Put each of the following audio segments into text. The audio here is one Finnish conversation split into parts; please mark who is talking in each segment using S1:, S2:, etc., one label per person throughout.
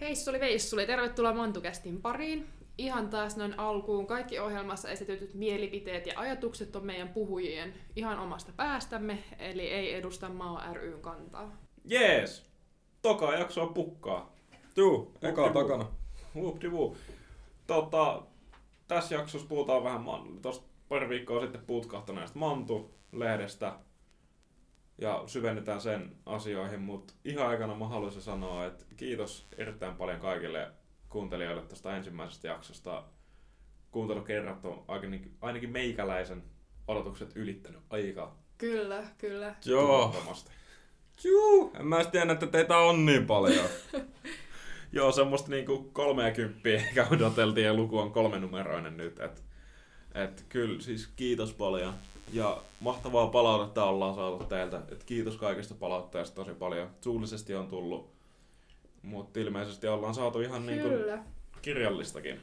S1: Heissuli Veissuli, tervetuloa Mantukästin pariin. Ihan taas noin alkuun kaikki ohjelmassa esitetyt mielipiteet ja ajatukset on meidän puhujien ihan omasta päästämme, eli ei edusta Maa ryn kantaa.
S2: Jees! Toka jaksoa pukkaa.
S3: Juu, eka takana.
S2: Huupdivuu. Tota, tässä jaksossa puhutaan vähän, man- tosta pari viikkoa sitten putkahtaneesta Mantu-lehdestä ja syvennetään sen asioihin, mutta ihan aikana mä haluaisin sanoa, että kiitos erittäin paljon kaikille kuuntelijoille tästä ensimmäisestä jaksosta. Kuuntelukerrat on ainakin, ainakin meikäläisen odotukset ylittänyt aika
S1: Kyllä, kyllä.
S3: Joo.
S2: tuntumasti.
S3: Juu, en mä edes tiennyt, että teitä on niin paljon.
S2: Joo, semmoista niinku 30 ehkä odoteltiin ja luku on kolmenumeroinen nyt. Et, et kyllä, siis kiitos paljon. Ja mahtavaa palautetta ollaan saatu teiltä. Et kiitos kaikesta palautteesta tosi paljon. Suullisesti on tullut, mutta ilmeisesti ollaan saatu ihan niinku
S4: Kyllä.
S2: kirjallistakin.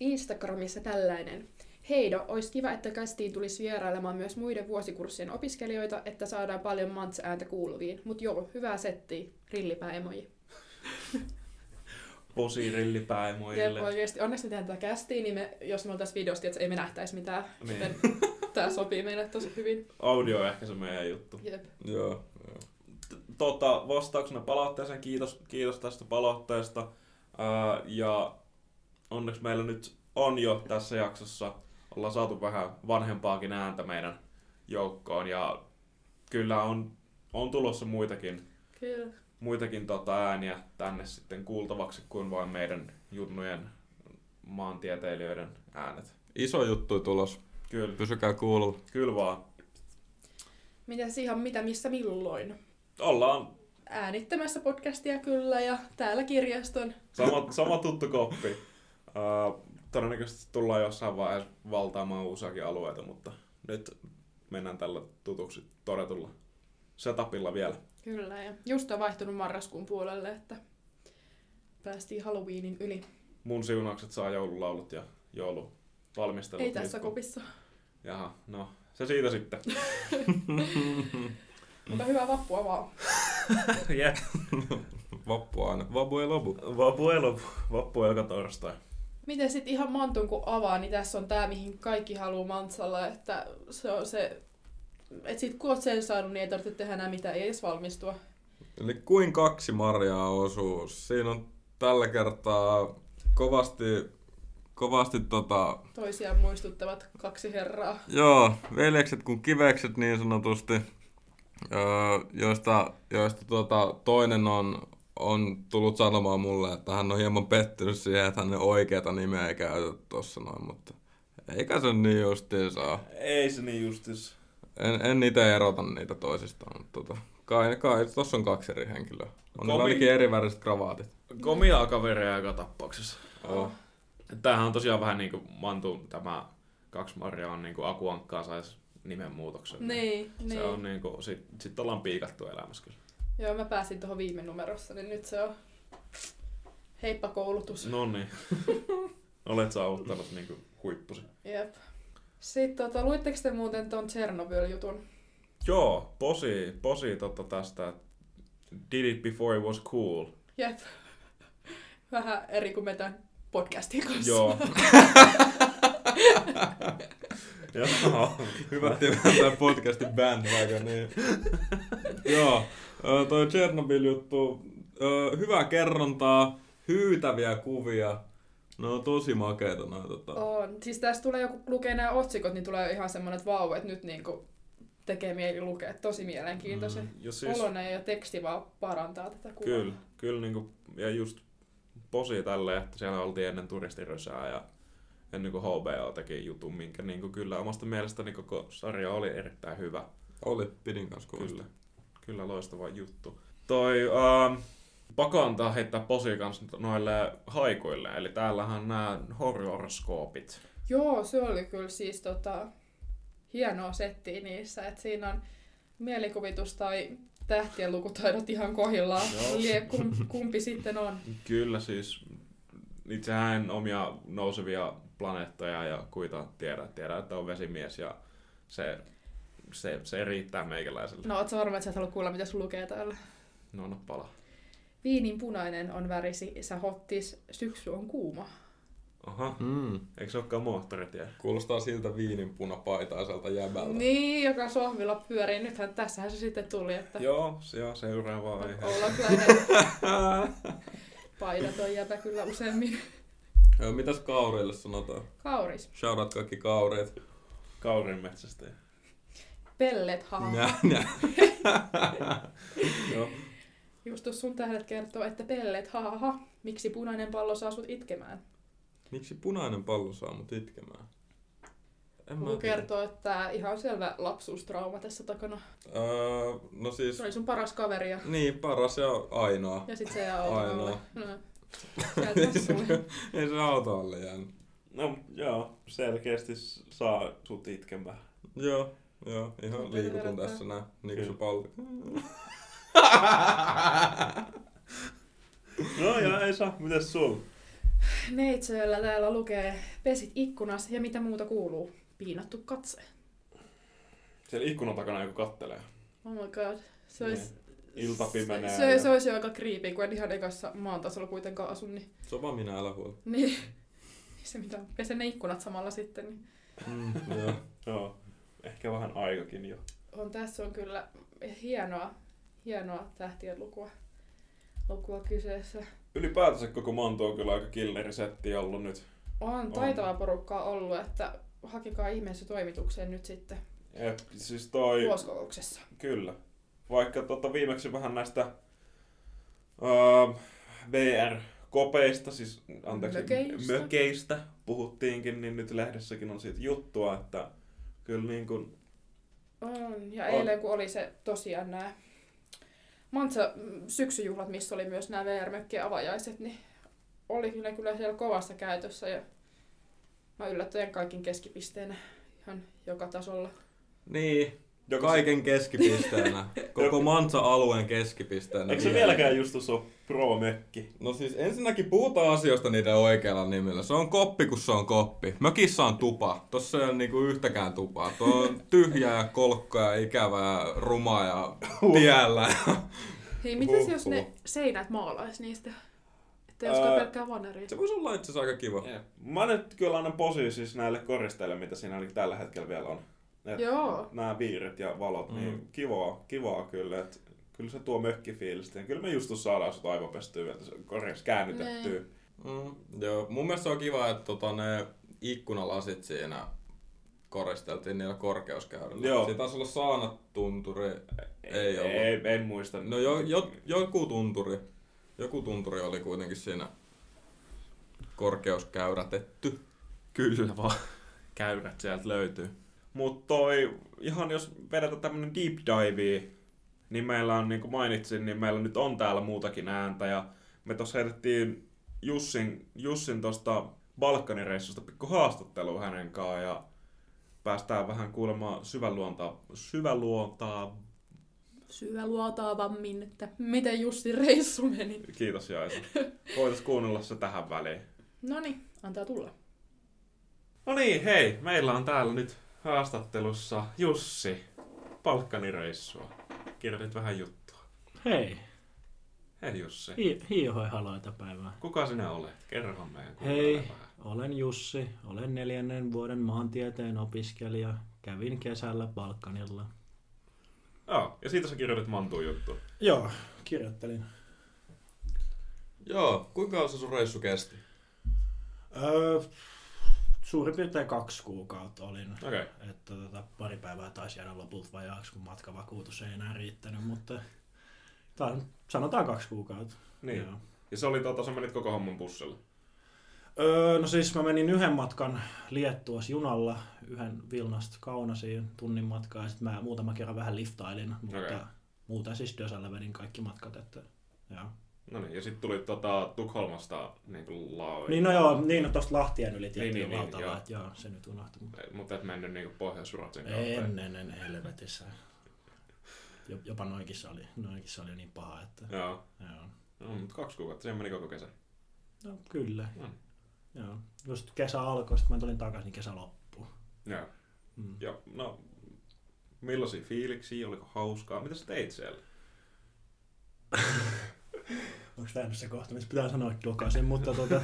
S4: Instagramissa tällainen. Heido, olisi kiva, että kästiin tulisi vierailemaan myös muiden vuosikurssien opiskelijoita, että saadaan paljon mants-ääntä kuuluviin. Mut joo, hyvää settiä. Rillipää emoji.
S2: Posi
S4: Jep,
S2: rillipäimoille.
S4: oikeesti. Onneksi me tehdään tätä kästiin, niin me, jos me oltaisiin videosti, että ei me nähtäisi mitään.
S2: Niin.
S4: Joten Tää sopii meille tosi hyvin.
S2: Audio on ehkä se meidän juttu.
S4: Jep.
S3: Joo.
S2: tota, vastauksena palautteeseen, kiitos, kiitos tästä palautteesta. Ää, ja onneksi meillä nyt on jo tässä jaksossa, ollaan saatu vähän vanhempaakin ääntä meidän joukkoon ja kyllä on, on tulossa muitakin,
S4: Kyllä.
S2: muitakin tota ääniä tänne sitten kuultavaksi kuin vain meidän junnujen maantieteilijöiden äänet.
S3: Iso juttu tulos.
S2: Kyllä,
S3: Pysykää kuulolla.
S2: kyllä vaan.
S4: Mitäs ihan mitä, missä, milloin?
S2: Ollaan
S4: Äänittämässä podcastia kyllä ja täällä kirjaston.
S2: Sama, sama tuttu koppi. Uh, todennäköisesti tullaan jossain vaiheessa valtaamaan uusiakin alueita, mutta nyt mennään tällä tutuksi todetulla setupilla vielä.
S4: Kyllä ja just on vaihtunut marraskuun puolelle, että päästiin Halloweenin yli.
S2: Mun siunaukset saa joululaulut ja jouluvalmistelut.
S4: Ei tässä
S2: nyt, kun-
S4: kopissa.
S2: Jaha, no se siitä sitten.
S4: Mutta hyvää vappua vaan.
S2: Jep.
S3: Vappu aina. Vabu ei lopu.
S2: Vappu ei lopu. Vappu ei joka torstai.
S4: Miten sitten ihan mantun kun avaa, niin tässä on tää, mihin kaikki haluaa mantsalla, että se on se... Et sit kun oot sen saanut, niin ei tarvitse tehdä enää mitään, ei edes valmistua.
S3: Eli kuin kaksi marjaa osuus. Siinä on tällä kertaa kovasti, kovasti tota...
S4: Toisiaan muistuttavat kaksi herraa.
S3: Joo, veljekset kuin kivekset niin sanotusti. Öö, joista, joista tota, toinen on, on tullut sanomaan mulle, että hän on hieman pettynyt siihen, että hänen oikeata nimeä ei käytetä tossa noin, mutta eikä se niin justiin saa.
S2: Ei se niin justis.
S3: En, en niitä erota niitä toisistaan, mutta tota, kai, kai tossa on kaksi eri henkilöä. On
S2: Komi-
S3: niillä ainakin eri väriset kravaatit.
S2: Komia kavereja joka tapauksessa.
S3: Oh.
S2: Tämähän on tosiaan vähän niinku Mantun tämä kaksi marjaa on niinku Akuankkaa saisi nimen muutoksen.
S4: Niin,
S2: Se
S4: niin.
S2: on niinku, sit, sit ollaan piikattu elämässä kyllä.
S4: Joo, mä pääsin tuohon viime numerossa, niin nyt se on heippa koulutus.
S2: No niin. Olet saavuttanut niinku huippusi.
S4: Jep. Sitten tota, luitteko te muuten ton Chernobyl-jutun?
S2: Joo, posi, posi totta tästä. että Did it before it was cool.
S4: Jep. Vähän eri kuin me tämän podcastin kanssa.
S2: Joo. Joo.
S3: Hyvä tämän podcastin band vaikka niin. Joo, ö, toi Chernobyl-juttu, ö, hyvää kerrontaa, hyytäviä kuvia. No tosi makeita noin tota.
S4: On. Siis tässä tulee joku, lukee nämä otsikot, niin tulee ihan semmoinen, että vau, että nyt niinku tekee mieli lukea. Tosi mielenkiintoisen. Mm,
S2: Ja siis,
S4: siis... Olonen ja teksti vaan parantaa tätä kuvaa.
S2: kyllä, kyllä niinku, ja just posi tälle, että siellä oltiin ennen turistirysää ja ennen kuin HBO teki jutun, minkä niinku kyllä omasta mielestäni koko sarja oli erittäin hyvä.
S3: Oli, pidin kanssa
S2: Kyllä.
S3: kuvista.
S2: Kyllä loistava juttu. Toi ähm, pakantaa heittää posi kanssa noille haikuille. Eli täällähän nämä horrorskoopit.
S4: Joo, se oli kyllä siis tota, hienoa settiä niissä. Et siinä on mielikuvitus tai tähtien lukutaidot ihan kohdillaan.
S2: Joo.
S4: Lie, kum, kumpi sitten on.
S2: Kyllä siis itsehän en omia nousevia planeettoja ja kuita tiedä. Tiedän, että on vesimies ja se, se, se riittää meikäläiselle.
S4: No, oot sä varma, että sä et halua kuulla, mitä sun lukee täällä?
S2: No, no pala.
S4: Viinin punainen on värisi, sä hottis, syksy on kuuma.
S2: Aha,
S3: Mm.
S2: eikö se olekaan moottoritie?
S3: Kuulostaa siltä viininpunapaitaiselta jäbältä.
S4: Niin, joka sohvilla pyörii. Nythän tässähän se sitten tuli, että
S2: Joo, se on seuraava aihe.
S4: ollaan kyllä edelleen. Paidaton jäpä kyllä useammin.
S3: Öö, mitäs kaureille sanotaan?
S4: Kauris.
S3: Shoutout kaikki kaureet.
S2: Kaurin metsästäjä.
S4: Pellet haa.
S3: Nää, nää.
S2: Joo.
S4: Justus sun tähdet kertoo, että pellet haaha. Miksi punainen pallo saa sut itkemään?
S3: Miksi punainen pallo saa mut itkemään? En
S4: Kuku
S3: tiedä.
S4: kertoo, että ihan selvä lapsuustrauma tässä takana.
S3: Öö, no siis,
S4: Se oli sun paras kaveri ja,
S3: niin paras ja ainoa.
S4: ja sit se jää
S3: Ainoa.
S4: auton alle. No. Käytäs sulle.
S3: Ei se auto alle jäänyt.
S2: No joo, selkeästi s- saa sut itkemään.
S3: Joo, joo, ihan
S4: Tuntuu
S3: liikutun
S4: herättää.
S3: tässä näin. Niin kuin se
S2: Kyllä.
S3: pallo.
S2: No ja ei saa, mitäs sul?
S4: Neitsöllä täällä lukee, pesit ikkunas ja mitä muuta kuuluu? Piinattu katse.
S2: Siellä ikkunan takana joku kattelee. Niin.
S4: Oh my god. Se olisi...
S2: Ilta pimenee
S4: Se,
S2: ja-
S4: se olisi jo aika creepy, kun en ihan ekassa maan tasolla kuitenkaan asu, niin...
S3: Se on vaan minä, älä huoli.
S4: niin. Se mitä, pesen ne ikkunat samalla sitten, niin...
S3: Mm, joo.
S2: Joo, ehkä vähän aikakin jo.
S4: On, tässä on kyllä hienoa, hienoa tähtien lukua, lukua kyseessä.
S2: Ylipäätänsä koko Mantu on kyllä aika killerisetti ollut nyt.
S4: On taitavaa porukkaa ollut, että hakikaa ihmeessä toimitukseen nyt sitten
S2: Et, siis toi...
S4: vuosikokouksessa.
S2: Kyllä. Vaikka tota, viimeksi vähän näistä öö, VR-kopeista, siis anteeksi,
S4: Mökeistä.
S2: mökeistä. mökeistä puhuttiinkin, niin nyt lehdessäkin on siitä juttua, että kyllä niin kuin,
S4: On, ja
S2: On.
S4: eilen kun oli se tosiaan nämä Mantsa mm, syksyjuhlat, missä oli myös nämä VR-mökkien avajaiset, niin oli kyllä, kyllä siellä kovassa käytössä ja mä yllättäen kaikin keskipisteenä ihan joka tasolla.
S3: Niin,
S2: joka siis-
S3: kaiken keskipisteenä. Koko Mansa-alueen keskipisteenä.
S2: Eikö se
S3: vielä.
S2: vieläkään just tuossa ole pro-mökki?
S3: No siis ensinnäkin puhutaan asioista niiden oikealla nimellä. Se on koppi, kun se on koppi. Mökissä on tupa. Tossa ei ole niinku yhtäkään tupaa. Tuo on tyhjää, kolkkaa, ikävää, rumaa ja tiellä.
S4: Hei, mitäs
S3: Huh,
S4: jos ne
S3: huh.
S4: seinät maalaisi niistä? Että
S2: Ää,
S4: jos pelkkää vaneria.
S3: Se voisi olla itse asiassa aika kiva.
S2: Yeah. Mä nyt kyllä annan posi siis näille koristeille, mitä siinä ainakin tällä hetkellä vielä on. Et
S4: Joo.
S2: Nämä piirret ja valot, mm.
S3: Mm.
S2: niin kivaa, kivaa kyllä. Et kyllä se tuo mökkifiilistä. Ja Kyllä me just tuossa saadaan sut aivopestyä vielä tässä korissa käännytettyä.
S3: Mm, joo. Mun mielestä se on kiva, että tota, ne ikkunalasit siinä koristeltiin niillä korkeuskäyrillä.
S2: Joo.
S3: Siinä taisi olla saanatunturi. Ei ollut.
S2: ei, en muista.
S3: No jo, jo, joku tunturi. Joku tunturi oli kuitenkin siinä korkeuskäyrätetty.
S2: Kyllä vaan. Käyrät sieltä löytyy. Mut toi, ihan jos vedetään tämmönen deep dive, niin meillä on, niin kuin mainitsin, niin meillä nyt on täällä muutakin ääntä. Ja me tuossa heitettiin Jussin, Jussin tosta Balkanin reissusta pikku haastattelu hänen kanssaan ja päästään vähän kuulemaan syväluontaa, syväluontaa.
S4: Syvä luotaavammin, että miten Jussi reissu meni.
S2: Kiitos Jaisa. Voitais kuunnella se tähän väliin.
S4: Noni, niin, antaa tulla.
S2: No niin, hei, meillä on täällä nyt haastattelussa Jussi Palkkanireissua. Kirjoitit vähän juttua.
S5: Hei,
S2: Hei Jussi,
S5: hi- hiihoi haloita päivää.
S2: kuka sinä olet? Kerrohan meidän
S5: Hei,
S2: kuulijoille vähän.
S5: olen Jussi, olen neljännen vuoden maantieteen opiskelija. Kävin kesällä Balkanilla.
S2: Joo, ja siitä sä kirjoitit Mantuun juttu.
S5: Joo, kirjoittelin.
S3: Joo, kuinka kauan se sun reissu kesti?
S5: Öö, suurin piirtein kaksi kuukautta olin.
S2: Okei. Okay.
S5: Että tota, pari päivää taisi jäädä lopulta vajaaksi, kun matkavakuutus ei enää riittänyt, mutta tää on, sanotaan kaksi kuukautta.
S2: Niin.
S5: Joo.
S2: Ja se oli tota, sä menit koko homman bussilla.
S5: Öö, no siis mä menin yhden matkan Liettuas junalla, yhden Vilnasta Kaunasiin tunnin matkaa, ja sitten mä muutama kerran vähän liftailin, mutta
S2: Okei.
S5: okay. muuten siis Dösällä vedin kaikki matkat, että joo.
S2: No niin, ja sitten tuli tota, Tukholmasta niin kuin laoi.
S5: Niin no joo, niin no tosta Lahtien yli
S2: Niin,
S5: tietty
S2: niin,
S5: niin,
S2: niin,
S5: lautalla,
S2: joo.
S5: niin, että joo, se nyt unohtui. mutta
S2: Mutta et mennyt niin kuin Pohjois-Ruotsin kautta.
S5: Ennen, en helvetissä. Jo- Jopa noikissa oli, noikissa oli niin paha, että
S2: Joo.
S5: joo.
S2: No, mutta kaksi kuukautta, siihen meni koko kesä.
S5: No kyllä,
S2: Mm.
S5: joo. Just kesä alkoi, sitten kun mä tulin takaisin, niin kesä loppui.
S2: Joo.
S5: Mm.
S2: Ja no, millaisia fiiliksiä, oliko hauskaa, mitä sä teit siellä?
S5: onko tämä nyt se kohta, missä pitää sanoa dokasin, mutta tota,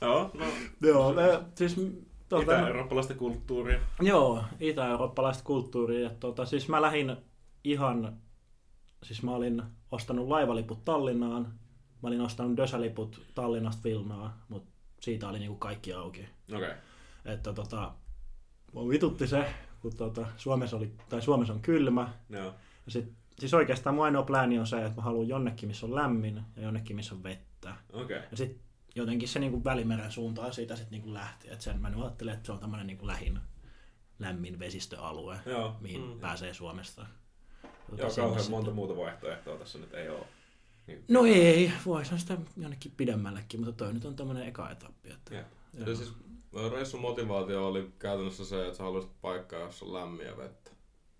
S2: Joo, no tuota,
S5: joo, ö, siis m, tota,
S2: itä-eurooppalaista kulttuuria.
S5: joo, itä-eurooppalaista kulttuuria, ja tota, siis mä lähdin ihan, siis mä olin ostanut laivaliput Tallinnaan, mä olin ostanut Dösäliput Tallinnasta Vilnaan, mutta siitä oli niinku kaikki auki.
S2: Okei. Okay.
S5: Että tota, mua vitutti se, kun tota, Suomessa, oli, tai Suomessa on kylmä,
S2: Joo.
S5: Ja sit, siis oikeastaan mun ainoa plääni on se, että mä haluan jonnekin, missä on lämmin ja jonnekin, missä on vettä.
S2: Okei. Okay.
S5: Ja sitten jotenkin se niinku välimeren suuntaan siitä sitten niinku lähti. Et sen mä nyt ajattelin, että se on tämmöinen niinku lähin lämmin vesistöalue,
S2: Joo.
S5: mihin
S2: Mm.
S5: mm. pääsee Suomesta. Tota,
S2: Joo,
S5: sinne
S2: kauhean
S5: sitten-
S2: monta muuta vaihtoehtoa tässä nyt ei ole.
S5: No ei, voisihan sitä jonnekin pidemmällekin, mutta toi nyt on tämmöinen eka etappi. Että,
S2: Joo.
S5: Joo.
S3: Ja siis reissun motivaatio oli käytännössä se, että sä haluaisit paikkaa, jossa on lämmiä vettä.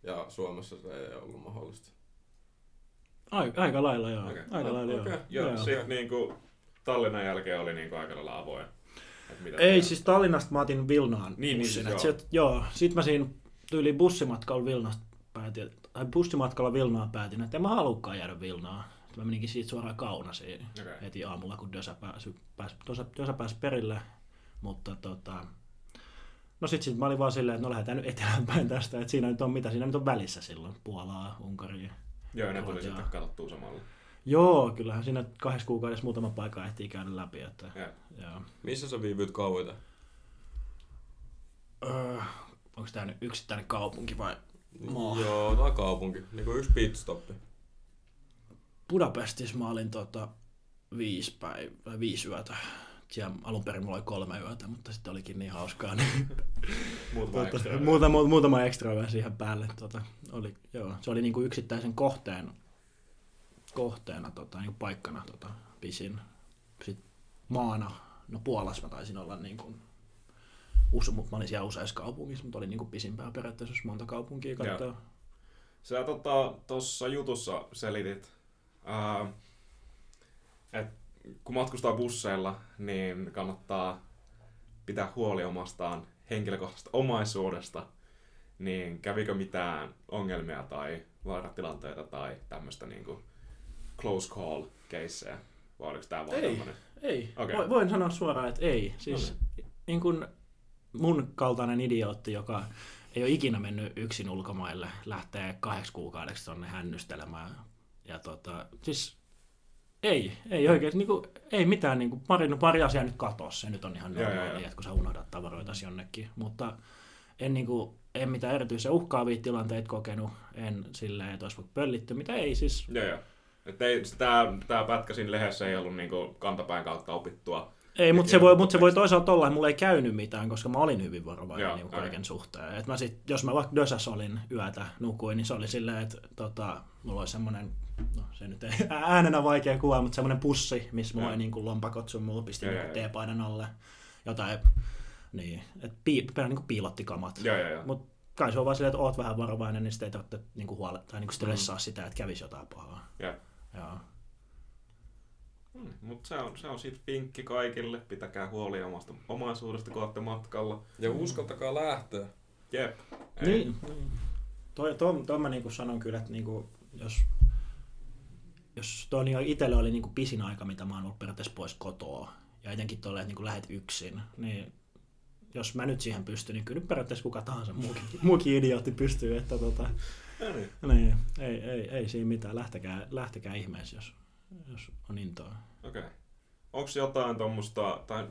S3: Ja Suomessa se ei ollut mahdollista.
S5: Aika, aika lailla joo.
S2: Okei.
S5: Aika lailla joo.
S3: okei.
S2: Joo,
S5: joo.
S2: Joo. sitten niinku Tallinnan jälkeen oli niinku aika lailla avoin. Et mitä
S5: Ei,
S2: tehdään.
S5: siis Tallinnasta mä otin Vilnaan
S2: Niin, niin,
S5: bussin.
S2: siis
S5: Niin,
S2: joo.
S5: siis, joo. Sitten mä siinä tyyli bussimatkalla Vilnasta päätin, että- tai bussimatkalla Vilnaan päätin, että en mä halukaan jäädä Vilnaan. Sitten mä meninkin siitä suoraan Kaunasiin
S2: Okei.
S5: heti aamulla, kun Dösä pääsi, pääsi, Dösä, Dösä pääsi perille. Mutta tota, no sit, sit mä olin vaan silleen, että no lähdetään nyt eteläänpäin tästä, että siinä nyt on mitä, siinä nyt on välissä silloin, Puolaa, Unkaria.
S2: Joo, ne tuli
S5: Joo.
S2: sitten katsottua samalla.
S5: Joo, kyllähän siinä kahdessa kuukaudessa muutama paikka ehtii käydä läpi, että
S2: Joo.
S5: joo.
S3: Missä sä viivyit kauita?
S5: Öö, onko tämä nyt yksittäinen kaupunki vai maa?
S3: Joo, tää kaupunki. Niinku yksi pitstoppi.
S5: Budapestissa mä olin tota, viisi, päivä, tai viisi yötä. Siellä alun perin mulla oli kolme yötä, mutta sitten olikin niin hauskaa. Niin
S2: Muut
S5: tota,
S2: vaihtoehdot.
S5: muutama, muutama ekstra yö siihen päälle. Tota, oli, joo, se oli niinku yksittäisen kohteen, kohteena tota, niinku paikkana tota, pisin. Sitten maana, no Puolassa mä taisin olla niinku, usu, mä olin siellä useissa kaupungissa, mutta oli niinku pisimpää periaatteessa, jos monta kaupunkia
S2: Joo.
S5: katsoa.
S2: Sä tota, tuossa jutussa selitit, ää, että kun matkustaa busseilla, niin kannattaa pitää huoli omastaan henkilökohtaisesta omaisuudesta, niin kävikö mitään ongelmia tai vaaratilanteita tai tämmöistä niinku close call caseja? Vai oliko tää vaan
S5: Ei.
S2: tämmönen?
S5: Ei.
S2: Okei.
S5: Okay. Voin sanoa suoraan, että ei. Siis niin kun mun kaltainen idiootti, joka ei ole ikinä mennyt yksin ulkomaille, lähtee kahdeksi kuukaudeksi tonne hännystelemään. Ja tota, siis ei, ei oikein, niin kuin, ei mitään, niin kuin, pari, no pari asiaa nyt katosi, se nyt on ihan
S2: Joo, joo,
S5: normaalia,
S2: joo.
S5: että kun sä unohdat tavaroita jonnekin, mutta en, niin kuin, en mitään erityisiä uhkaavia tilanteita kokenut, en silleen, että olisi pöllitty, mitä ei siis,
S2: Joo, joo. Et ei, tää, tää pätkä siinä lehdessä ei ollut niinku kantapään kautta opittua.
S5: Ei, mutta
S2: Ja
S5: se, voi,
S2: kirjoittaa
S5: mut se voi toisaalta olla, että mulla ei käynyt mitään, koska mä olin hyvin varovainen
S2: Joo,
S5: niin
S2: okei.
S5: kaiken suhteen. Et mä sit, jos mä vaikka Dösäs olin yötä nukuin, niin se oli silleen, että tota, mulla oli semmoinen, no se nyt ei äänenä vaikea kuva, mutta semmoinen pussi, missä mulla
S2: Joo.
S5: oli niin kuin lompakot sun muu, pistin
S2: Joo,
S5: niin
S2: joo, joo.
S5: teepaidan alle, jotain, niin, että pi, niin kuin piilottikamat.
S2: Joo, joo, joo.
S5: Mutta kai se on vaan silleen, että oot vähän varovainen, niin sitten ei tarvitse niin kuin huole, tai niin kuin stressaa mm. sitä, että kävisi jotain pahaa.
S2: Joo.
S5: Joo.
S2: Mm, mutta se on, se on siitä vinkki kaikille. Pitäkää huoli omasta omaisuudesta, kun olette matkalla.
S3: Ja uskaltakaa lähteä.
S2: Jep. Ei.
S5: Niin. Toi, ton, ton mä niinku sanon kyllä, että niinku, jos, jos toi niinku itsellä oli niinku pisin aika, mitä mä oon ollut periaatteessa pois kotoa, ja etenkin tuolla, että niinku lähet yksin, niin jos mä nyt siihen pystyn, niin kyllä nyt periaatteessa kuka tahansa muukin, muukin idiootti pystyy, että tota,
S2: Ja niin.
S5: niin, ei, ei, ei siinä mitään, lähtekää, lähtekää ihmeessä, jos, jos on intoa.
S2: Okei. Okay. Onko jotain tuommoista, tai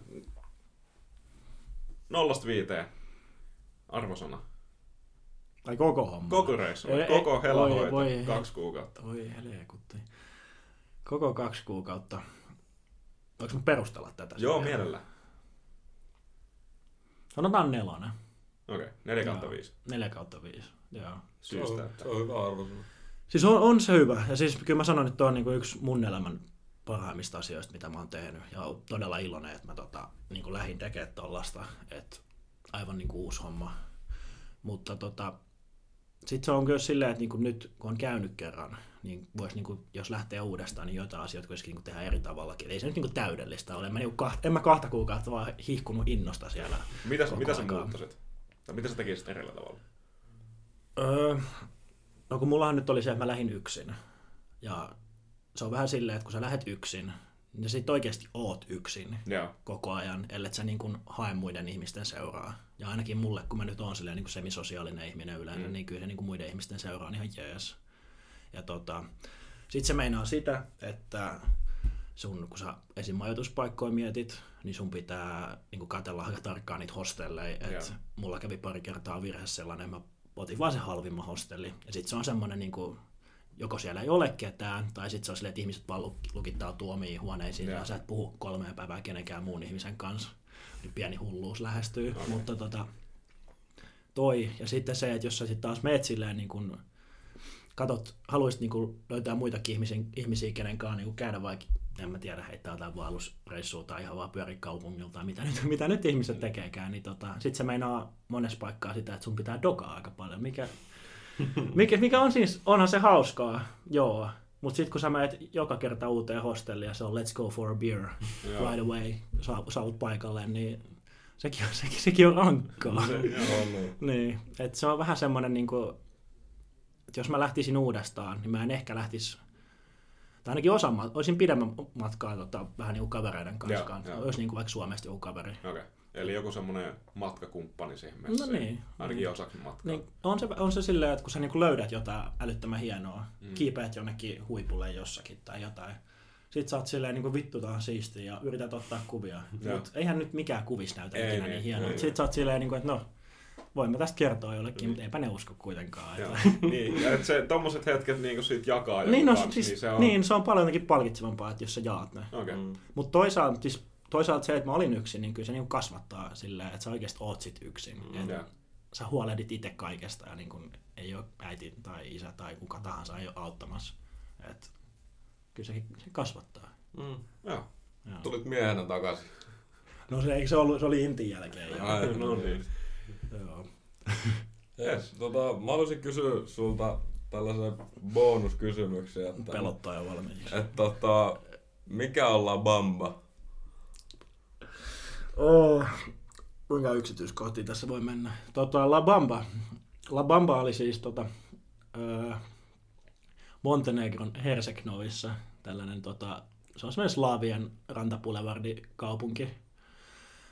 S2: nollasta viiteen arvosana?
S5: Tai koko homma.
S2: Koko reissu,
S5: Mm. Ei, ei,
S2: koko
S5: voi-
S2: helahoito,
S5: voi-
S2: kaksi kuukautta.
S5: Voi helekutti. Koko kaksi kuukautta. Voinko mä perustella tätä?
S2: Joo,
S5: sitten?
S2: mielellään.
S5: Sanotaan nelonen.
S2: Okei, okay. 4 kautta
S5: Joo.
S2: 5
S5: 4 kautta 5, joo.
S3: Se
S2: syystä.
S3: on,
S2: Että.
S3: se on hyvä arvosana.
S5: Siis on, on se hyvä. Ja siis kyllä mä sanon, että tuo on niinku yksi mun elämän parhaimmista asioista, mitä mä oon tehnyt. Ja oon todella iloinen, että mä tota, niinku lähdin tekemään tollasta. Että aivan niinku uusi homma. Mutta tota, sitten se on myös silleen, että niinku nyt kun on käynyt kerran, niin vois niinku, jos lähtee uudestaan, niin jotain asioita voisi niinku tehdä eri tavallakin. Et Ei se nyt niinku täydellistä ole. En mä, niinku kahta, en mä kahta kuukautta vaan hihkunut innosta siellä.
S2: Mitä,
S5: Koko
S2: mitä sä
S5: aikaa.
S2: muuttasit? Tai mitä sä tekisit erillä tavalla?
S5: Öö, No kun mullahan nyt oli se, että mä lähdin yksin. Ja se on vähän silleen, että kun sä lähet yksin, niin sit oikeasti oot yksin
S2: Joo.
S5: koko ajan, ellei sä niin kuin hae muiden ihmisten seuraa. Ja ainakin mulle, kun mä nyt oon silleen niin kuin semisosiaalinen ihminen yleensä,
S2: Mm.
S5: mm. niin kyllä se niin kuin muiden ihmisten seuraa on ihan jees. Ja tota, sit se meinaa sitä, että sun, kun sä esim. majoituspaikkoja mietit, niin sun pitää niin kuin katella aika tarkkaan niitä hostelleja.
S2: Joo.
S5: Et mulla kävi pari kertaa virhe sellainen, mä otin vaan se halvimman hostelli. Ja sit se on semmonen niin kuin, joko siellä ei ole ketään, tai sitten se on silleen, että ihmiset vaan luk- lukittautuu omiin huoneisiin,
S2: Joo.
S5: ja sä et puhu kolmea päivää kenenkään muun ihmisen kanssa. Niin pieni hulluus lähestyy,
S2: Okei.
S5: okay. mutta tota, toi. Ja sitten se, että jos sä sitten taas meet silleen niin kun, katot, haluaisit niin kun löytää muitakin ihmisiä, ihmisiä kenen kanssa niin kun käydä vaikka, en mä tiedä, heittää jotain vaellusreissua tai ihan vaan pyöri kaupungilla tai mitä nyt, mitä nyt
S2: Mm.
S5: ihmiset tekeekään, niin tota, sit se meinaa monessa paikkaa sitä, että sun pitää dokaa aika paljon, mikä mikä, mikä on siis, onhan se hauskaa, joo. Mutta sitten kun sä menet joka kerta uuteen hostelliin ja se on let's go for a beer
S2: Joo.
S5: right away, saa- saavut paikalle, niin sekin on, sekin, sekin on rankkaa.
S2: Se, joo.
S3: On niin.
S5: niin, et se on vähän semmoinen, niinku, että jos mä lähtisin uudestaan, niin mä en ehkä lähtisi, tai ainakin osa, ma- olisin pidemmän matkaa tota, vähän niinku kavereiden kanssa.
S2: Joo,
S5: kanssa.
S2: joo.
S5: Olisi niinku vaikka Suomesta joku kaveri.
S2: Okei. Okay. Eli joku semmoinen matkakumppani siihen messiin.
S5: No niin.
S2: Ainakin osaksi matkaa.
S5: Niin, on se, on se silleen, että kun sä niinku löydät jotain älyttömän hienoa,
S2: Mm.
S5: mm. kiipeät jonnekin huipulle jossakin tai jotain, sit sä oot silleen niinku vittu tää on siistiä ja yrität ottaa kuvia.
S2: Joo.
S5: Mut eihän nyt mikään kuvis näytä
S2: Ei
S5: ei, ikinä
S2: niin,
S5: niin
S2: ei
S5: hienolta.
S2: niin.
S5: Sit sä oot silleen, niinku, että no, voin mä tästä kertoa jollekin,
S2: Mm.
S5: mm. mutta eipä ne usko kuitenkaan.
S2: Joo.
S5: Että...
S2: niin. Ja et se, tommoset hetket niinku sit jakaa joku
S5: niin, no,
S2: kanssa,
S5: siis,
S2: niin
S5: niin,
S2: se on...
S5: niin, se on paljon jotenkin palkitsevampaa, että jos sä jaat ne.
S2: Okei. Okay.
S3: Mm.
S5: Mutta toisaalta, siis, toisaalta se, että mä olin yksin, niin kyllä se niinku kasvattaa silleen, että sä oikeasti oot sit yksin.
S3: Mm.
S5: Et
S2: Joo.
S5: sä huolehdit itse kaikesta ja niin kun ei ole äiti tai isä tai kuka tahansa ei ole auttamassa. Et, kyllä se, se kasvattaa.
S3: Mm.
S2: Joo.
S5: Joo.
S3: Tulit miehenä takaisin.
S5: No se, eikö se, ollut, se oli intin jälkeen. Joo.
S3: Ai,
S2: No niin.
S5: Joo.
S3: Yes. Tota, mä haluaisin kysyä sulta tällaisen bonuskysymyksen. Että,
S5: Pelottaa jo valmiiksi.
S3: Että tota, mikä on La Bamba?
S5: Oh, kuinka yksityiskohtiin tässä voi mennä? Tota, La Bamba. La Bamba oli siis tota, öö, Montenegron Herseknovissa tällainen tota, se on semmoinen Slaavien rantapulevardikaupunki,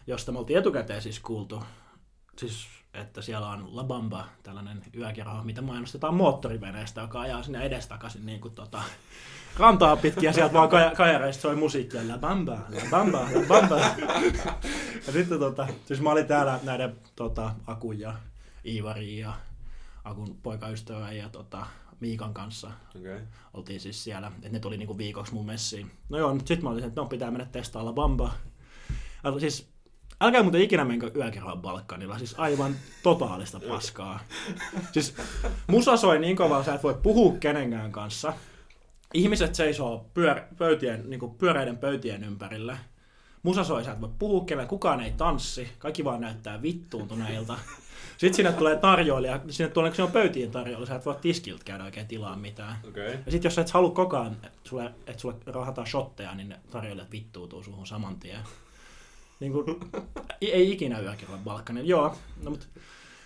S5: josta me oltiin etukäteen siis kuultu, siis, että siellä on La Bamba, tällainen yökerho, mitä mainostetaan moottoriveneestä, joka ajaa sinne edestakaisin niin kuin, tota, rantaa pitkin ja sieltä vaan kaj- kajareista soi musiikkia. La Bamba, La Bamba, La Bamba. Ja sitten tota, siis mä olin täällä näiden tota, Akun ja Iivarin ja Akun poikaystävän ja tota, Miikan kanssa
S2: Okei. Okay.
S5: oltiin siis siellä, että ne tuli niinku viikoksi mun messiin. No joo, nyt sit mä olin, että no pitää mennä testailla bamba. Äl- Siis, älkää muuten ikinä menkö yökerhoon Balkanilla, siis aivan totaalista paskaa. Siis musa soi niin kovaa, sä et voi puhua kenenkään kanssa. Ihmiset seisoo pyör- pöytien, niinku pyöreiden pöydien ympärillä. Musa soi, sä et voi puhua kenellä, kukaan ei tanssi, kaikki vaan näyttää vittuuntuneilta. Sitten sinne tulee tarjoilija, sinne tulee, kun siinä on pöytien tarjoilija, sä et voi tiskiltä käydä oikein tilaa mitään.
S2: Okei.
S5: Ja sitten jos sä et halua koko ajan, että sulle, et sulle rahataan shotteja, niin ne tarjoilijat vittuutuu suhun saman tien. Niin kun, ei, ei ikinä yökerran Balkanilla. Joo, no mut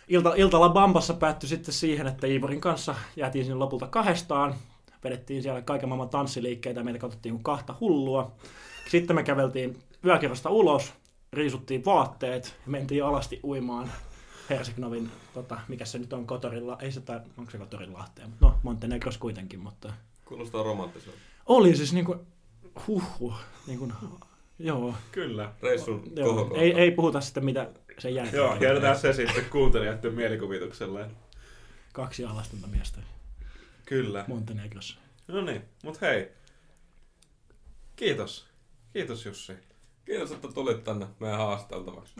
S5: ilta, iltalla Bambassa päättyi sitten siihen, että Iivorin kanssa jäätiin sinne lopulta kahdestaan. Vedettiin siellä kaiken maailman tanssiliikkeitä, meitä katsottiin kuin kahta hullua. Sitten me käveltiin yökerrasta ulos, riisuttiin vaatteet, mentiin alasti uimaan Herseknovin, tota, mikä se nyt on Kotorilla, ei se tai, onko se Kotorin Lahteen, no Montenegros kuitenkin, mutta
S3: Kuulostaa romanttiselta.
S5: oli siis niinku, huhhuh, niinku, joo,
S2: Kyllä.
S3: Reissun
S5: joo.
S3: kohokohta.
S5: Ei, ei puhuta sitten mitä sen jälkeen.
S2: Joo, kerrotaan se sitten kuuntelijoiden mielikuvitukselle.
S5: Kaksi alastonta miestä
S2: Kyllä.
S5: Montenegrossa.
S2: No niin, mut hei. Kiitos. Kiitos Jussi.
S3: Kiitos, että tulit tänne meidän haasteltavaksi.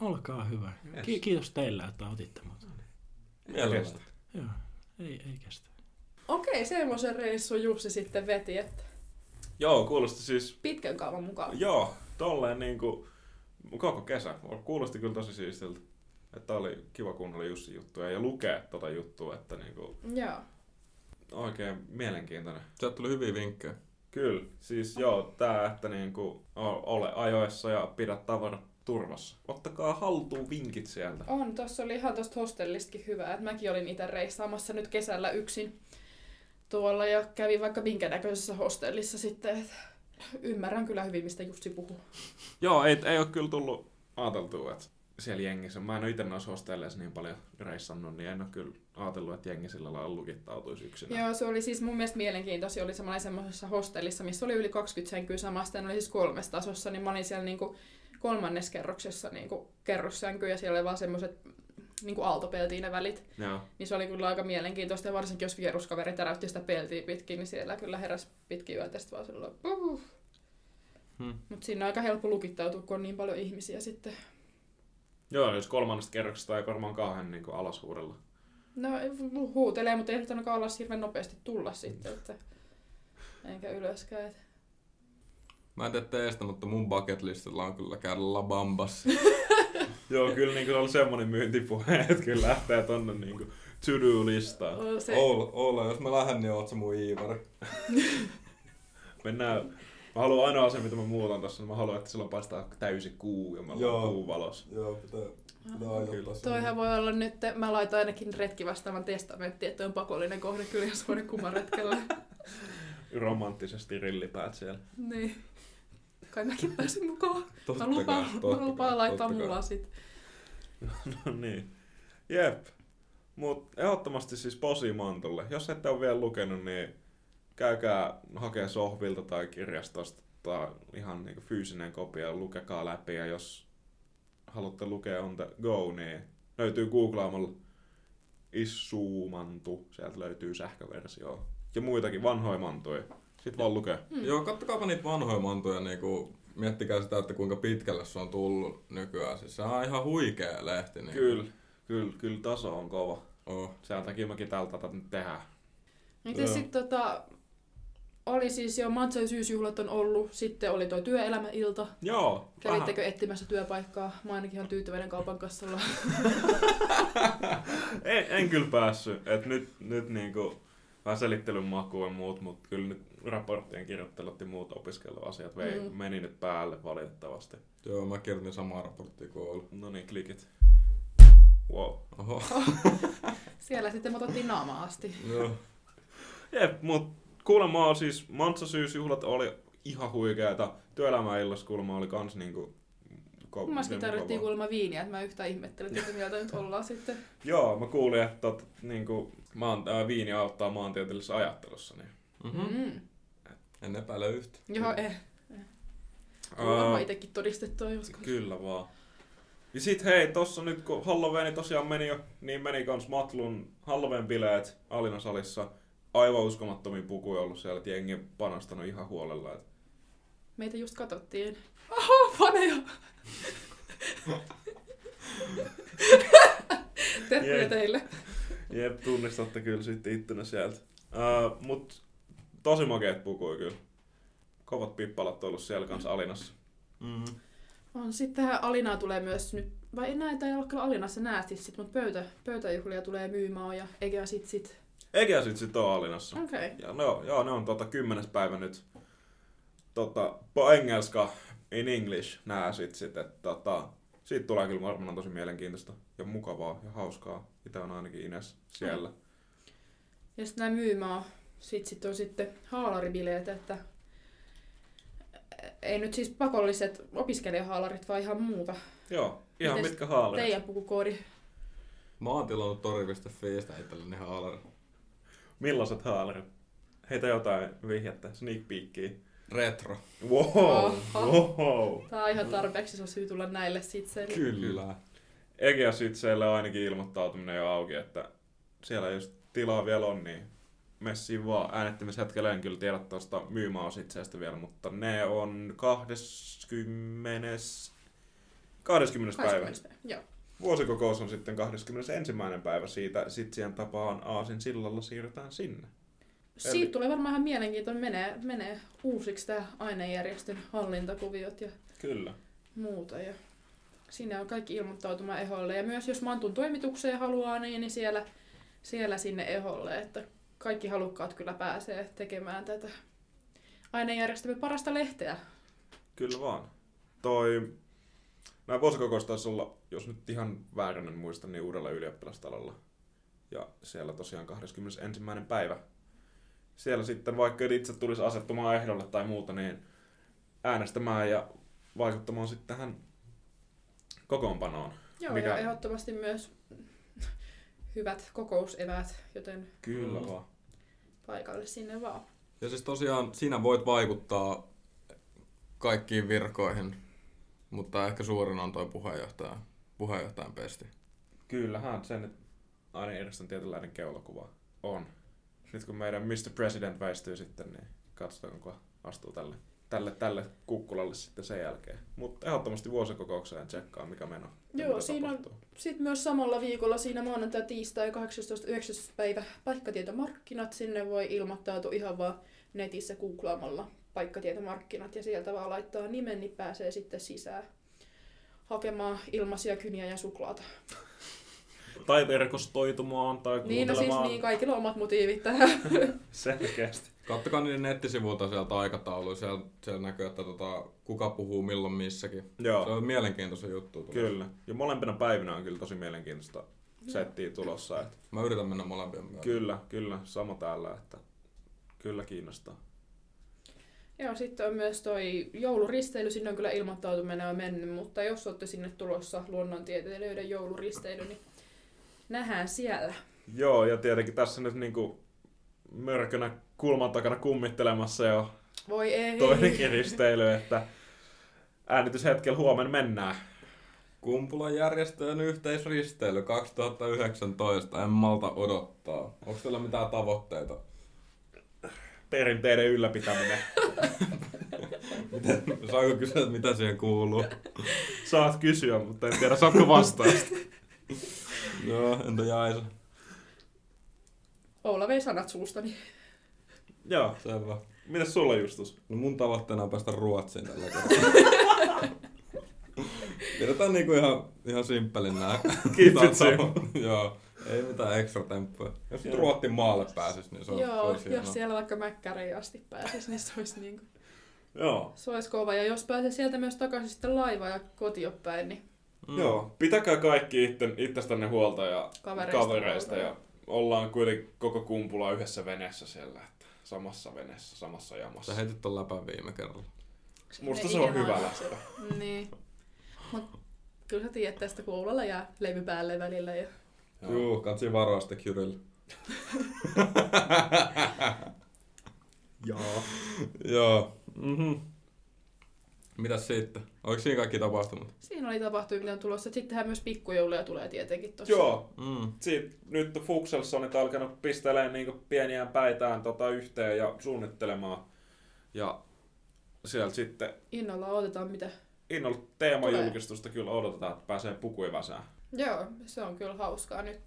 S5: Olkaa hyvä. Ki-
S2: Yes.
S5: kiitos teille, että otitte mut.
S3: Mielellään.
S2: Kestä.
S5: Joo, ei, ei kestä.
S4: Okei, semmoisen reissun Jussi sitten veti, että
S2: Joo, kuulosti siis,
S4: pitkän kaavan mukaan.
S2: joo, tolleen niinku koko kesä. Kuulosti kyllä tosi siistiltä. Että oli kiva kuunnella Jussin juttuja ja lukea tota juttua, että niinku
S4: Joo.
S2: oikein mielenkiintoinen.
S3: Sieltä tuli hyviä vinkkejä.
S2: Kyllä, siis joo, tää, että niinku o- ole ajoissa ja pidä tavarat turvassa. Ottakaa haltuun vinkit sieltä.
S4: On, tuossa oli ihan tuosta hostellistakin hyvä, että mäkin olin itse reissaamassa nyt kesällä yksin tuolla ja kävin vaikka minkä näköisessä hostellissa sitten, että ymmärrän kyllä hyvin, mistä Jussi puhuu.
S2: Joo, ei, ei ole kyllä tullut ajateltua, että siellä jengissä, mä en ole itse noissa hostelleissa niin paljon reissannut, niin en ole kyllä ajatellut, että jengi sillä lailla lukittautuisi yksinä.
S4: Joo, se oli siis mun mielestä mielenkiintoisia. Oli semmoinen semmoisessa hostellissa, missä oli yli 20 senkyä samasta, ne oli siis kolmessa tasossa, niin mä olin siellä niinku kolmannes kerroksessa niinku kerrossänky ja siellä oli vaan semmoiset niinku aaltopeltiin ne välit.
S2: Joo.
S4: Niin se oli kyllä aika mielenkiintoista ja varsinkin jos vieruskaveri täräytti sitä peltiä pitkin, niin siellä kyllä heräs pitkin yötä ja sit vaan silloin puh.
S3: Hmm.
S4: Mutta siinä on aika helppo lukittautua, kun on niin paljon ihmisiä sitten.
S2: Joo, no jos kolmannesta kerroksesta ei varmaan kauhean niin alashuudella.
S4: No hu- huutelee, mutta ei nyt ainakaan alas hirveän nopeasti tulla sitten, että enkä ylöskään. Että...
S3: Mä en tiedä teistä, mutta mun bucket listalla on kyllä käydä La Bambas.
S2: Joo, kyllä niin oli semmoinen myyntipuhe, että kyllä lähtee tonne niin kuin to-do-listaan.
S4: Oh, se...
S3: Oula, Oula, jos mä lähden, niin oot sä mun Iivari.
S2: Mennään. Mä haluan ainoa asia, mitä mä muutan tossa, niin mä haluan, että silloin paistaa täysi kuu ja mä
S3: Joo.
S2: haluan kuu valossa.
S3: Joo, pitää,
S4: Ah.
S3: pitää
S2: Kyllä.
S3: aiottaa se. niin.
S4: Toihan voi olla nyt, mä laitan ainakin retki vastaavan testamentti, että on pakollinen kohde kyllä jos vuoden kumman retkellä.
S2: Romanttisesti rillipäät siellä.
S4: niin. Kai mäkin pääsen mukaan.
S3: Totta
S4: Mä lupaan,
S3: kai, totta
S4: mä lupaan
S3: kai,
S4: laittaa
S3: totta kai.
S4: mulla sit.
S2: No niin. Jep. Mut ehdottomasti siis Posimantulle. Jos ette ole vielä lukenut, niin käykää hakea sohvilta tai kirjastosta tai ihan niinku fyysinen kopio, lukekaa läpi ja jos haluatte lukea on the go, niin löytyy googlaamalla Issuumantu, sieltä löytyy sähköversio ja muitakin vanhoja mantuja. Sitten vaan lukee.
S3: Joo, kattokaapa niitä vanhoja mantuja, niin kuin, miettikää sitä, että kuinka pitkälle se on tullut nykyään. Siis sehän on ihan huikea lehti. Niin
S2: Kyllä, kyllä, kyllä taso on kova.
S3: Oh.
S2: Sen takia mäkin tältä tätä nyt tehdään.
S4: Miten
S2: Joo.
S4: sit tota, oli siis jo matsa- ja syysjuhlat on ollut, sitten oli toi työelämäilta.
S2: Joo,
S4: Kävittekö etsimässä työpaikkaa? Mä ainakin ihan tyytyväinen kaupan kassalla.
S2: en, en kyllä päässyt. Et nyt, nyt niinku, vähän selittelyn maku ja muut, mutta kyllä nyt raporttien kirjoittelut ja muut opiskeluasiat vei,
S4: Mm.
S2: mm. meni nyt päälle valitettavasti.
S3: Joo, mä kirjoitin samaa raporttia kuin Oulu.
S2: No niin, klikit. Wow.
S3: Oho,
S4: Siellä sitten mä otettiin naamaa asti.
S3: joo.
S2: Jep, mut kuulemma on siis mantsasyysjuhlat oli ihan huikeeta. Työelämäillas kuulemma oli kans niinku... ko-
S4: Kummaskin
S2: niinku
S4: tarvittiin
S2: kova.
S4: kuulemma viiniä, että mä yhtään ihmettelen, että mitä mieltä nyt ollaan sitten.
S2: Joo, mä kuulin, että tot, niinku, maan, ää, viini auttaa maantieteellisessä ajattelussa. Niin.
S3: Mm-hmm.
S4: Mm.
S3: En epäile yhtä.
S4: Joo, eh. Olen mä
S2: Ää,
S4: itsekin todistettua joskus.
S2: Kyllä vaan. Ja sit hei, tossa nyt kun Halloweeni tosiaan meni jo, niin meni kans Matlun Halloween-bileet Alina salissa. Aivan uskomattomia pukuja ollut siellä, että jengi on panostanut ihan huolella. Et.
S4: Meitä just katsottiin. Oho, faneja! Terkkuja
S2: Jee.
S4: teille.
S2: Jep, tunnistatte kyllä sitten ittenä sieltä. Ää, mut tosi makeet pukuja kyllä. Kovat pippalat on ollut siellä kanssa Alinassa.
S3: Mm-hmm.
S4: On sitten tähän Alinaa tulee myös nyt, vai enää ei ole kyllä Alinassa näästi sit, mutta pöytä, pöytäjuhlia tulee myymään ja eikä sit sit.
S2: Eikä sit sit oo Alinassa.
S4: Okei. Okay.
S2: Ja no, joo, ne on tota kymmenes päivä nyt. Tota, po engelska in English nää sit sit, et tota, siitä tulee kyllä varmaan tosi mielenkiintoista ja mukavaa ja hauskaa. Itä on ainakin Ines siellä.
S4: Mm. Ja sitten nämä myymää, sit, sit on sitten haalaribileet, että ei nyt siis pakolliset opiskelijahaalarit, vaan ihan muuta.
S2: Joo, ihan
S4: Mites
S2: mitkä haaleet.
S4: Teidän pukukoodi.
S3: Mä oon tilannut tori.fiistä itselleni haalari.
S2: Millaiset haaleet? Heitä jotain vihjettä, sneak peekkiä.
S3: Retro.
S2: Wow,
S4: Oho.
S2: wow.
S4: Tää on ihan tarpeeksi, se on syy tulla näille sitten.
S3: Kyllä.
S2: Egea Sitseille on ainakin ilmoittautuminen jo auki, että siellä jos tilaa vielä on, niin messi vaan. Äänettimishetkellä en kyllä tiedä tuosta myymäositseestä vielä, mutta ne on 20... 20. päivä.
S4: 20. Joo.
S2: Vuosikokous on sitten 21. päivä siitä. Sitten siihen tapaan Aasin sillalla siirrytään sinne. Eli-
S4: Siitä tulee varmaan ihan mielenkiintoinen, menee, menee uusiksi tämä ainejärjestön hallintakuviot ja
S2: Kyllä.
S4: muuta. Ja siinä on kaikki ilmoittautuma eholle. Ja myös jos Mantun toimitukseen haluaa, niin, niin siellä, siellä sinne eholle. Että kaikki halukkaat kyllä pääsee tekemään tätä ainejärjestelmän parasta lehteä.
S2: Kyllä vaan. Toi Nämä vuosikokous taisi olla, jos nyt ihan väärän en muista, niin uudella ylioppilastalolla. Ja siellä tosiaan 21. päivä. Siellä sitten, vaikka et itse tulisi asettumaan ehdolle tai muuta, niin äänestämään ja vaikuttamaan sitten tähän kokoonpanoon.
S4: Joo,
S2: Mikä-
S4: Mikä? ja ehdottomasti myös hyvät kokouseväät, joten
S2: Kyllä
S3: Mm.
S2: vaan.
S4: paikalle sinne vaan.
S3: Ja siis tosiaan sinä voit vaikuttaa kaikkiin virkoihin, mutta ehkä suurin on toi puheenjohtaja, puheenjohtajan pesti.
S2: Kyllähän se nyt aina edestän tietynlainen keulakuva on. Nyt kun meidän Mr. President väistyy sitten, niin katsotaan kuka astuu tälle, tälle, tälle kukkulalle sitten sen jälkeen. Mutta ehdottomasti vuosikokoukseen tsekkaa, mikä meno. ja
S4: Joo,
S2: mitä
S4: siinä on-
S2: tapahtuu.
S4: Sitten myös samalla viikolla siinä maanantai, tiistai 18.9. päivä paikkatietomarkkinat. Sinne voi ilmoittautua ihan vaan netissä googlaamalla paikkatietomarkkinat ja sieltä vaan laittaa nimen, niin pääsee sitten sisään hakemaan ilmaisia kyniä ja suklaata.
S2: Tai verkostoitumaan, tai
S4: Niin, no siis
S2: kuuntelemaan.
S4: niin, kaikilla on omat motiivit tähän.
S2: Selkeästi.
S3: Kattokaa niiden nettisivuilta sieltä aikatauluja, siellä, siellä näkyy, että tota, kuka puhuu milloin missäkin.
S2: Joo,
S3: Se on mielenkiintoinen juttu. tulossa.
S2: kyllä. Ja molempina päivinä on kyllä tosi mielenkiintoista settiä tulossa. Että
S3: Mä yritän mennä molempien myötä.
S2: kyllä, kyllä, sama täällä, että kyllä kiinnostaa.
S4: Joo, sitten on myös toi jouluristeily, sinne on kyllä ilmoittautuminen on mennyt, mutta jos olette sinne tulossa luonnontieteilijöiden jouluristeily, niin nähdään siellä.
S2: Joo, ja tietenkin tässä nyt niinku mörkönä kulman takana kummittelemassa jo
S4: Voi ei.
S2: toinenkin risteily, että äänityshetkellä huomenna mennään.
S3: Kumpulan järjestöjen yhteisristeily 2019. En malta odottaa. Onko teillä mitään tavoitteita?
S2: Perinteiden ylläpitäminen.
S3: Miten, saanko kysyä, että mitä siihen kuuluu?
S2: Saat kysyä, mutta en tiedä saatko vastausta.
S3: Joo, entä Jaisa?
S4: Oula vei sanat suustani.
S2: Joo.
S3: Selvä.
S2: Mitäs sulla Justus?
S3: No mun tavoitteena on päästä Ruotsiin tällä kertaa. Pidetään niinku ihan, ihan simppelin nää.
S2: Keep
S3: tää
S2: it simple.
S3: tavo- Joo, ei mitään ekstra temppuja. Jos
S2: Joo.
S3: Ruotin maalle pääsis, niin se on, se
S4: Joo,
S3: olisi
S4: jos
S3: hienoa.
S4: siellä vaikka mäkkäriin asti pääsisi, niin se olisi, niinku,
S2: Joo.
S4: se olisi kova. Ja jos pääsee sieltä myös takaisin sitten laivaan ja kotiopäin, niin
S2: Mm. Joo. Pitäkää kaikki itte, itsestänne huolta ja
S4: Kavereista
S2: kavereista
S4: huolta.
S2: ja ollaan kuitenkin koko kumpula yhdessä veneessä siellä. Että samassa veneessä, samassa jamassa.
S3: Sä heitit ton läpän viime kerralla.
S2: Musta
S4: ne
S2: se on
S4: ikinä
S2: hyvä
S4: laivaan.
S2: lähtö.
S4: Niin. Mut kyllä sä tiedät tästä, kun Oulalla jää levy päälle välillä. Ja...
S2: Joo.
S3: Juu, katsi varoa sitä Kyrille.
S2: Joo. Mm-hmm.
S3: Joo. Mhm. Mitäs sitten? Oliko siinä kaikki tapahtunut?
S4: Siinä oli tapahtumia on tulossa. Sittenhän myös pikkujouluja tulee tietenkin tuossa.
S2: Joo,
S3: Mm.
S2: Siitä nyt Fuxelsonit alkanut pistelemään niin pieniä päitään tota yhteen ja suunnittelemaan. Ja siellä sitten
S4: Innolla odotetaan mitä.
S2: innolla teemajulkistusta kyllä odotetaan, että pääsee pukuiväsään.
S4: Joo, se on kyllä hauskaa nyt.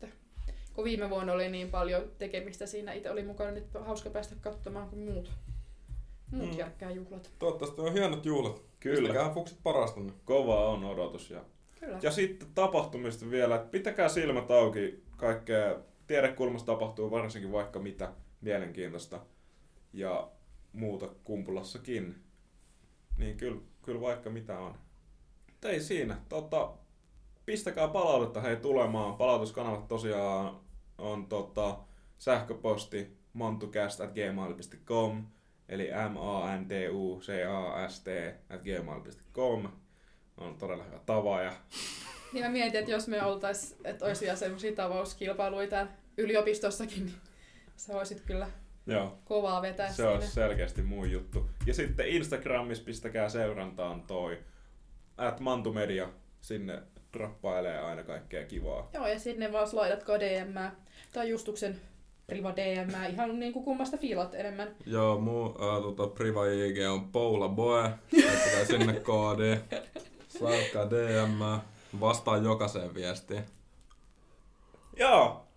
S4: Kun viime vuonna oli niin paljon tekemistä siinä, itse oli mukana, nyt on hauska päästä katsomaan kuin muut, muut
S3: Mm.
S4: mm. järkkää juhlat.
S3: Toivottavasti on hienot juhlat.
S2: Kyllä,
S3: Pistäkää fuksit parasta nyt.
S2: kova on odotus. Ja,
S4: Kyllä.
S2: ja sitten tapahtumista vielä, että pitäkää silmät auki. Kaikkea tiedekulmassa tapahtuu varsinkin vaikka mitä mielenkiintoista ja muuta kumpulassakin. Niin kyllä, kyllä vaikka mitä on. Mut ei siinä. Tota, pistäkää palautetta hei tulemaan. Palautuskanavat tosiaan on tota, sähköposti mantucast.gmail.com eli m a n t u c a s t at gmail.com on todella hyvä tavaja.
S4: Niin mä mietin, että jos me oltais, että olisi vielä semmoisia tavauskilpailuita yliopistossakin, niin sä voisit kyllä
S2: Joo,
S4: kovaa vetää
S2: se on selkeästi mun juttu. Ja sitten Instagramissa pistäkää seurantaan toi at mantumedia. Sinne rappailee aina kaikkea kivaa.
S4: Joo, ja sinne vaan slaidatkaa DM tai Justuksen priva DM, ihan niin kuin kummasta fiilat enemmän.
S3: Joo, mun ää, tota, priva IG on Paula Boe. Laittakaa sinne koodi. Saakaa DM. Vastaan jokaiseen viestiin.
S2: Joo,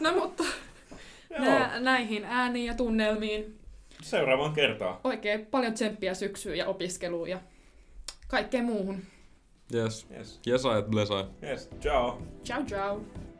S4: No mutta
S2: joo.
S4: nä- näihin ääniin ja tunnelmiin
S2: Seuraavaan kertaan.
S4: oikein paljon tsemppiä syksyyn ja opiskeluun ja kaikkeen muuhun.
S3: Yes.
S2: Yes,
S3: Yes, I bless I.
S2: yes, ciao.
S4: Ciao ciao!